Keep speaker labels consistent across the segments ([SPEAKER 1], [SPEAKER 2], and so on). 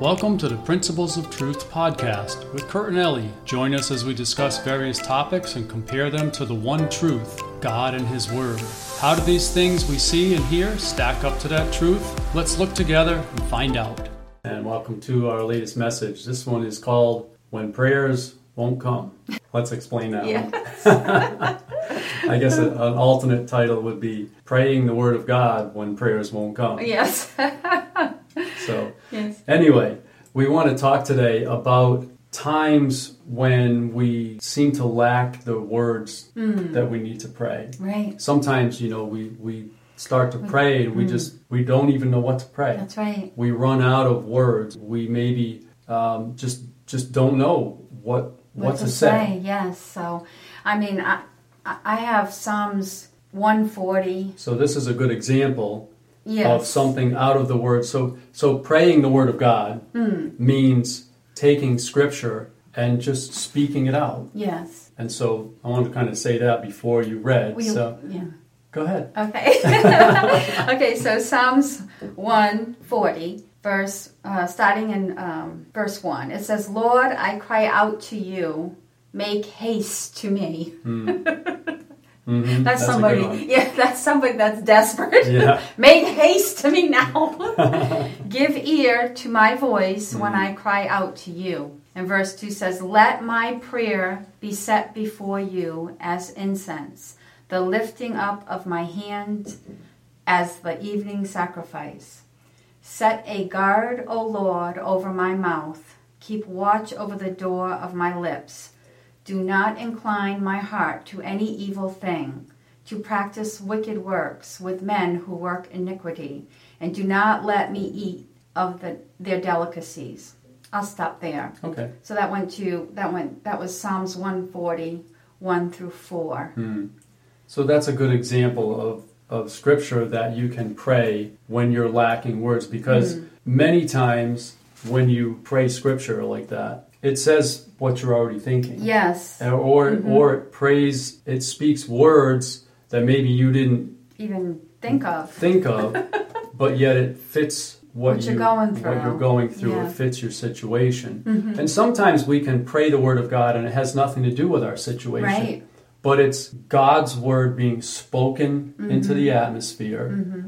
[SPEAKER 1] Welcome to the Principles of Truth podcast with Kurt and Ellie. Join us as we discuss various topics and compare them to the one truth, God and His Word. How do these things we see and hear stack up to that truth? Let's look together and find out. And welcome to our latest message. This one is called When Prayers Won't Come. Let's explain that one. I guess a- an alternate title would be Praying the Word of God When Prayers Won't Come.
[SPEAKER 2] Yes.
[SPEAKER 1] So,
[SPEAKER 2] yes.
[SPEAKER 1] Anyway, we want to talk today about times when we seem to lack the words that we need to pray.
[SPEAKER 2] Right.
[SPEAKER 1] Sometimes, you know, we, we start to pray and we just we don't even know what to pray.
[SPEAKER 2] That's right.
[SPEAKER 1] We run out of words. We maybe um, just just don't know what what, to, say.
[SPEAKER 2] Yes. So, I mean, I I I have Psalms 140.
[SPEAKER 1] So this is a good example
[SPEAKER 2] Yes.
[SPEAKER 1] of something out of the word. So so praying the word of God means taking scripture and just speaking it out.
[SPEAKER 2] Yes.
[SPEAKER 1] And so I wanted to kind of say that before you read.
[SPEAKER 2] We-
[SPEAKER 1] so
[SPEAKER 2] yeah.
[SPEAKER 1] go ahead.
[SPEAKER 2] Okay. okay. So Psalms 140, verse uh, starting in um, verse one, it says, "Lord, I cry out to you." Make haste to me.
[SPEAKER 1] Mhm,
[SPEAKER 2] That's,
[SPEAKER 1] Mm, a good
[SPEAKER 2] somebody.
[SPEAKER 1] one.
[SPEAKER 2] Yeah, that's somebody that's desperate.
[SPEAKER 1] Yeah.
[SPEAKER 2] Make haste to me now. Give ear to my voice when I cry out to you. And verse 2 says, Let my prayer be set before you as incense, the lifting up of my hand as the evening sacrifice. Set a guard, O Lord, over my mouth. Keep watch over the door of my lips. Do not incline my heart to any evil thing, to practice wicked works with men who work iniquity, and do not let me eat of the, their delicacies. I'll stop there.
[SPEAKER 1] Okay.
[SPEAKER 2] So that went to that went that was Psalms 140, 1 through 4.
[SPEAKER 1] Hmm. So that's a good example of, of scripture that you can pray when you're lacking words because
[SPEAKER 2] Mm.
[SPEAKER 1] many times when you pray scripture like that, it says what you're already thinking.
[SPEAKER 2] Yes, Mm-hmm.
[SPEAKER 1] Or or, it prays it speaks words that maybe you didn't
[SPEAKER 2] even think of.
[SPEAKER 1] think of, but yet it fits what,
[SPEAKER 2] What
[SPEAKER 1] you,
[SPEAKER 2] you're going
[SPEAKER 1] What you're
[SPEAKER 2] through.
[SPEAKER 1] going through.
[SPEAKER 2] Yeah. Mm-hmm.
[SPEAKER 1] It fits your situation. And sometimes we can pray the word of God and it has nothing to do with our situation.
[SPEAKER 2] Right.
[SPEAKER 1] But it's God's word being spoken
[SPEAKER 2] Mm-hmm.
[SPEAKER 1] into the atmosphere,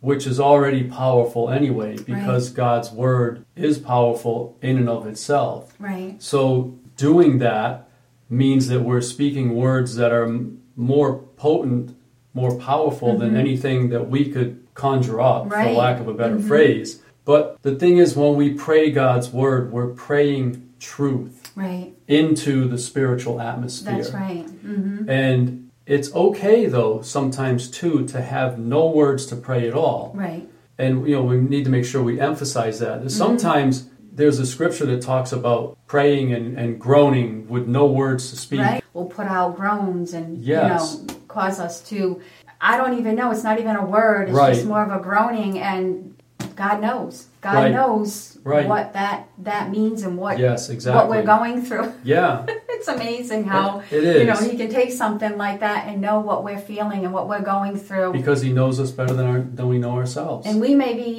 [SPEAKER 1] which is already powerful anyway, because God's word is powerful in and of itself.
[SPEAKER 2] Right.
[SPEAKER 1] So doing that means that we're speaking words that are m- more potent, more powerful than anything that we could conjure up, for
[SPEAKER 2] Mm-hmm. Right. Mm-hmm.
[SPEAKER 1] lack of a better phrase. But the thing is, when we pray God's word, we're praying truth
[SPEAKER 2] Right.
[SPEAKER 1] into the spiritual atmosphere.
[SPEAKER 2] That's right. Mm-hmm.
[SPEAKER 1] And it's okay, though, sometimes too, to have no words to pray at all
[SPEAKER 2] Right.
[SPEAKER 1] and you know we need to make sure we emphasize
[SPEAKER 2] Mm-hmm.
[SPEAKER 1] that sometimes there's a scripture that talks about praying and, and groaning with no words to speak
[SPEAKER 2] Right. We'll put out groans and
[SPEAKER 1] Yes.
[SPEAKER 2] you know cause us to. I don't even know. It's not even a word. It's
[SPEAKER 1] Right.
[SPEAKER 2] just more of a groaning, and God knows. God
[SPEAKER 1] Right.
[SPEAKER 2] knows
[SPEAKER 1] Right.
[SPEAKER 2] what that that means and what
[SPEAKER 1] yes exactly
[SPEAKER 2] what we're going through.
[SPEAKER 1] yeah
[SPEAKER 2] it's amazing how
[SPEAKER 1] It- it
[SPEAKER 2] you know
[SPEAKER 1] is.
[SPEAKER 2] He can take something like that and know what we're feeling and what we're going through.
[SPEAKER 1] because he knows us better than, our, than we know ourselves
[SPEAKER 2] and we may be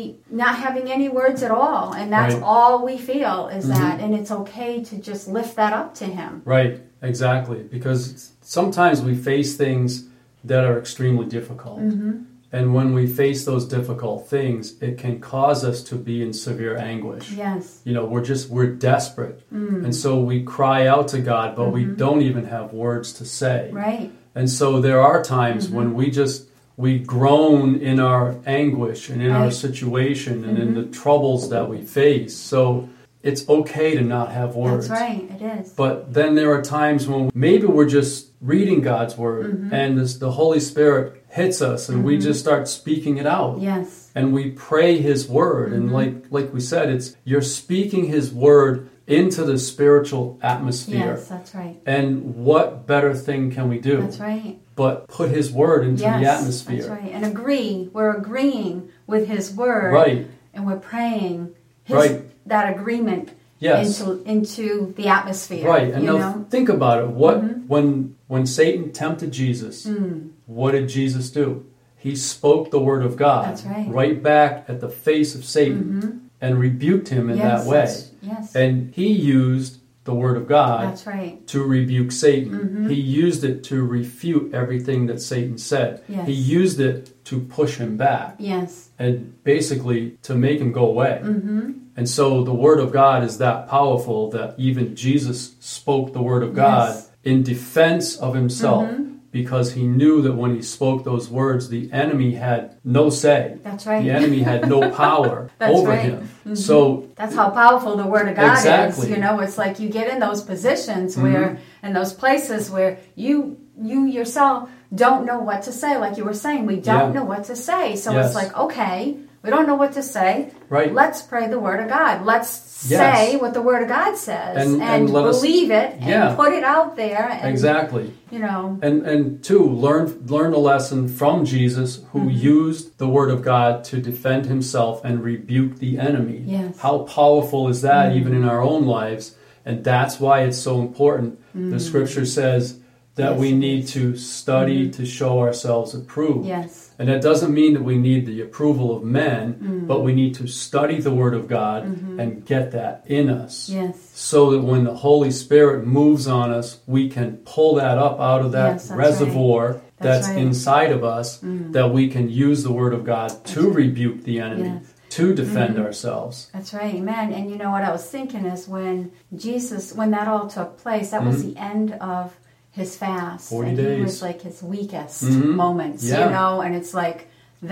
[SPEAKER 2] not having any words at all, and that's
[SPEAKER 1] Right. Mm-hmm.
[SPEAKER 2] all we feel is that, and it's okay to just lift that up to Him.
[SPEAKER 1] right exactly because sometimes we face things that are extremely difficult
[SPEAKER 2] Mm-hmm.
[SPEAKER 1] and when we face those difficult things it can cause us to be in severe anguish
[SPEAKER 2] Yes,
[SPEAKER 1] you know we're just we're desperate
[SPEAKER 2] Mm.
[SPEAKER 1] and so we cry out to god but
[SPEAKER 2] Mm-hmm.
[SPEAKER 1] we don't even have words to say
[SPEAKER 2] right.
[SPEAKER 1] and so there are times
[SPEAKER 2] Mm-hmm.
[SPEAKER 1] when we just we groan in our anguish and in our
[SPEAKER 2] Right. Mm-hmm.
[SPEAKER 1] situation and in the troubles that we face so it's okay to not have words
[SPEAKER 2] That's right. It is.
[SPEAKER 1] but then there are times when maybe we're just reading god's word
[SPEAKER 2] Mm-hmm.
[SPEAKER 1] and this, the holy spirit hits us and we just start speaking it out
[SPEAKER 2] Yes.
[SPEAKER 1] and we pray his word and
[SPEAKER 2] Mm-hmm.
[SPEAKER 1] like like we said it's you're speaking his word into the spiritual atmosphere
[SPEAKER 2] Yes, that's right.
[SPEAKER 1] and what better thing can we do
[SPEAKER 2] That's right.
[SPEAKER 1] but put his word into
[SPEAKER 2] Yes.
[SPEAKER 1] the atmosphere
[SPEAKER 2] That's right. And agree. We're agreeing with his word.
[SPEAKER 1] Right.
[SPEAKER 2] And we're praying his,
[SPEAKER 1] Right.
[SPEAKER 2] that agreement
[SPEAKER 1] Yes.
[SPEAKER 2] into into the atmosphere.
[SPEAKER 1] right and
[SPEAKER 2] you
[SPEAKER 1] now
[SPEAKER 2] know? Mm-hmm.
[SPEAKER 1] think about it what when when satan tempted jesus
[SPEAKER 2] Mm.
[SPEAKER 1] what did jesus do he spoke the word of god
[SPEAKER 2] That's right. Mm-hmm.
[SPEAKER 1] back at the face of satan and rebuked him in
[SPEAKER 2] yes,
[SPEAKER 1] that way.
[SPEAKER 2] that's- Yes.
[SPEAKER 1] And he used the word of God
[SPEAKER 2] That's Mm-hmm. right.
[SPEAKER 1] to rebuke Satan. He used it to refute everything that Satan said.
[SPEAKER 2] Yes.
[SPEAKER 1] He used it to push him back
[SPEAKER 2] Yes.
[SPEAKER 1] and basically to make him go away.
[SPEAKER 2] Mm-hmm.
[SPEAKER 1] And so the word of God is that powerful that even Jesus spoke the word of God
[SPEAKER 2] Yes. Mm-hmm.
[SPEAKER 1] in defense of himself because he knew that when he spoke those words, the enemy had no say.
[SPEAKER 2] That's right.
[SPEAKER 1] The enemy had no power
[SPEAKER 2] That's
[SPEAKER 1] over
[SPEAKER 2] right. Mm-hmm.
[SPEAKER 1] him. So
[SPEAKER 2] That's how powerful the Word of God
[SPEAKER 1] Exactly. Mm-hmm.
[SPEAKER 2] is. You know, it's like you get in those positions where, in those places where you you yourself don't know what to say. Like you were saying, we don't
[SPEAKER 1] Yeah.
[SPEAKER 2] know what to say. So
[SPEAKER 1] Yes.
[SPEAKER 2] it's like, okay, we don't know what to say.
[SPEAKER 1] Right.
[SPEAKER 2] Let's pray the Word of God. Let's
[SPEAKER 1] Yes.
[SPEAKER 2] say what the Word of God says
[SPEAKER 1] And-
[SPEAKER 2] and,
[SPEAKER 1] and let us-
[SPEAKER 2] believe it and
[SPEAKER 1] Yeah.
[SPEAKER 2] put it out there. And,
[SPEAKER 1] exactly.
[SPEAKER 2] You know,
[SPEAKER 1] and and two learn learn a lesson from jesus who
[SPEAKER 2] Mm-hmm.
[SPEAKER 1] used the word of god to defend himself and rebuke the enemy
[SPEAKER 2] Yes. Mm-hmm.
[SPEAKER 1] how powerful is that even in our own lives and that's why it's so important the scripture says that
[SPEAKER 2] Mm-hmm. Yes,
[SPEAKER 1] we
[SPEAKER 2] it
[SPEAKER 1] need to study to show ourselves approved
[SPEAKER 2] yes.
[SPEAKER 1] and that doesn't mean that we need the approval of men
[SPEAKER 2] Mm.
[SPEAKER 1] but we need to study the word of god and get that in us
[SPEAKER 2] Mm-hmm. Yes.
[SPEAKER 1] so that when the Holy Spirit moves on us, we can pull that up out of that
[SPEAKER 2] Yes, that's
[SPEAKER 1] reservoir that's,
[SPEAKER 2] That's right. Mm.
[SPEAKER 1] inside of us, that we can use the Word of God to rebuke the enemy,
[SPEAKER 2] Yes. Mm.
[SPEAKER 1] to defend ourselves.
[SPEAKER 2] That's right, amen. And you know what I was thinking is when Jesus, when that all took place, that was the end of his fast.
[SPEAKER 1] 40
[SPEAKER 2] and He
[SPEAKER 1] Mm-hmm. days.
[SPEAKER 2] was like his weakest
[SPEAKER 1] Mhm.
[SPEAKER 2] moments,
[SPEAKER 1] Yeah.
[SPEAKER 2] you know, and it's like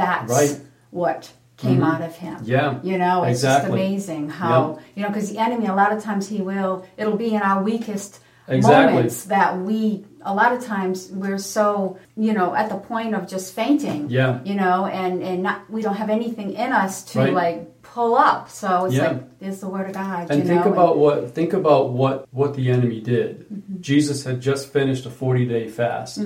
[SPEAKER 2] that's
[SPEAKER 1] Right. Mm-hmm.
[SPEAKER 2] what came out of him.
[SPEAKER 1] Yeah.
[SPEAKER 2] You know, it's
[SPEAKER 1] Exactly.
[SPEAKER 2] just amazing how, you know, because the enemy, a lot of times he will, it'll be in our weakest
[SPEAKER 1] Exactly.
[SPEAKER 2] moments that we, a lot of times we're so, you know, at the point of just fainting.
[SPEAKER 1] Yeah.
[SPEAKER 2] You know, and, and not, we don't have anything in us to
[SPEAKER 1] Right.
[SPEAKER 2] like pull up. So it's
[SPEAKER 1] Yeah.
[SPEAKER 2] like, there's the word of God.
[SPEAKER 1] And
[SPEAKER 2] you
[SPEAKER 1] think
[SPEAKER 2] know?
[SPEAKER 1] about what think about what what the enemy did.
[SPEAKER 2] Mm-hmm.
[SPEAKER 1] Jesus had just finished a 40-day fast.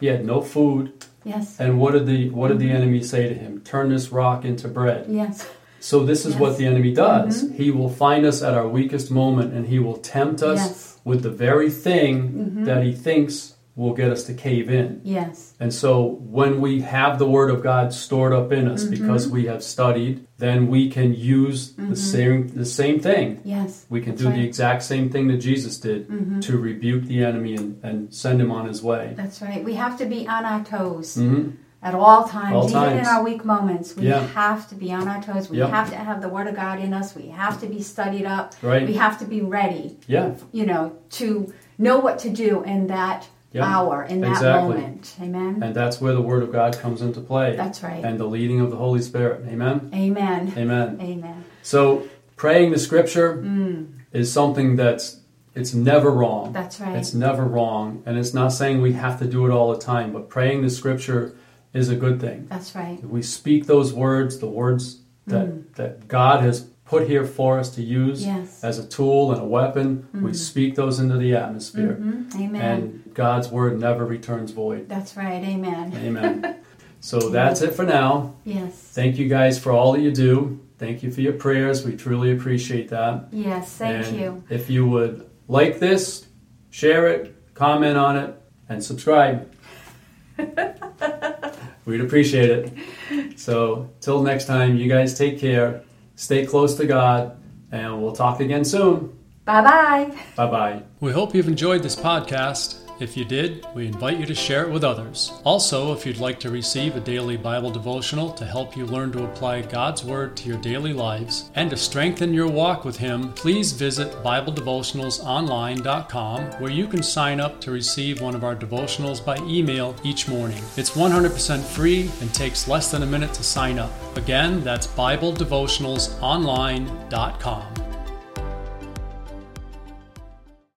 [SPEAKER 1] He had no food,
[SPEAKER 2] Yes.
[SPEAKER 1] and what did the what did
[SPEAKER 2] Mm-hmm.
[SPEAKER 1] the enemy say to him? Turn this rock into bread.
[SPEAKER 2] Yes.
[SPEAKER 1] So this is what
[SPEAKER 2] Yes. Mm-hmm.
[SPEAKER 1] the enemy does. He will find us at our weakest moment and he will tempt us
[SPEAKER 2] Yes. Mm-hmm.
[SPEAKER 1] with the very thing that he thinks will get us to cave in.
[SPEAKER 2] Yes.
[SPEAKER 1] And so when we have the word of God stored up in us
[SPEAKER 2] Mm-hmm.
[SPEAKER 1] because we have studied, then we can use the same the same thing.
[SPEAKER 2] Yes.
[SPEAKER 1] We can
[SPEAKER 2] Mm-hmm. That's
[SPEAKER 1] do
[SPEAKER 2] right. Mm-hmm.
[SPEAKER 1] the exact same thing that Jesus did to rebuke the enemy and, and send him on his way.
[SPEAKER 2] That's right. We have to be on our toes
[SPEAKER 1] hmm
[SPEAKER 2] at all times,
[SPEAKER 1] All
[SPEAKER 2] even in
[SPEAKER 1] times.
[SPEAKER 2] our weak moments. We
[SPEAKER 1] Yeah.
[SPEAKER 2] have to be on our toes. We
[SPEAKER 1] Yep.
[SPEAKER 2] have to have the Word of God in us. We have to be studied up.
[SPEAKER 1] Right.
[SPEAKER 2] We have to be ready,
[SPEAKER 1] Yeah.
[SPEAKER 2] you know, to know what to do in that
[SPEAKER 1] Yep.
[SPEAKER 2] hour, in that
[SPEAKER 1] Exactly.
[SPEAKER 2] moment. Amen.
[SPEAKER 1] And that's where the word of God comes into play.
[SPEAKER 2] That's right.
[SPEAKER 1] And the leading of the Holy Spirit. Amen.
[SPEAKER 2] Amen.
[SPEAKER 1] Amen.
[SPEAKER 2] Amen.
[SPEAKER 1] So praying the scripture is something that's it's never wrong.
[SPEAKER 2] That's right.
[SPEAKER 1] It's never wrong, and it's not saying we have to do it all the time, but praying the scripture is a good thing.
[SPEAKER 2] That's right.
[SPEAKER 1] We speak those words, the words that that God has put here for us to use
[SPEAKER 2] Mm. Yes. Mm.
[SPEAKER 1] as a tool and a weapon. We speak those into the atmosphere.
[SPEAKER 2] Mm-hmm. Amen.
[SPEAKER 1] Mm-hmm. And God's word never returns void.
[SPEAKER 2] That's right. Amen.
[SPEAKER 1] Amen. so that's it for now.
[SPEAKER 2] Yes.
[SPEAKER 1] Thank you guys for all that you do. Thank you for your prayers. We truly appreciate that.
[SPEAKER 2] Yes. Thank
[SPEAKER 1] And
[SPEAKER 2] you.
[SPEAKER 1] If you would like this, share it, comment on it, and subscribe. We'd appreciate it. So, till next time, you guys take care, stay close to God, and we'll talk again soon.
[SPEAKER 2] Bye bye.
[SPEAKER 1] Bye bye.
[SPEAKER 3] We hope you've enjoyed this podcast. If you did, we invite you to share it with others. Also, if you'd like to receive a daily Bible devotional to help you learn to apply God's Word to your daily lives and to strengthen your walk with Him, please visit BibleDevotionalsOnline.com where you can sign up to receive one of our devotionals by email each morning. It's 100% free and takes less than a minute to sign up. Again, that's BibleDevotionalsOnline.com.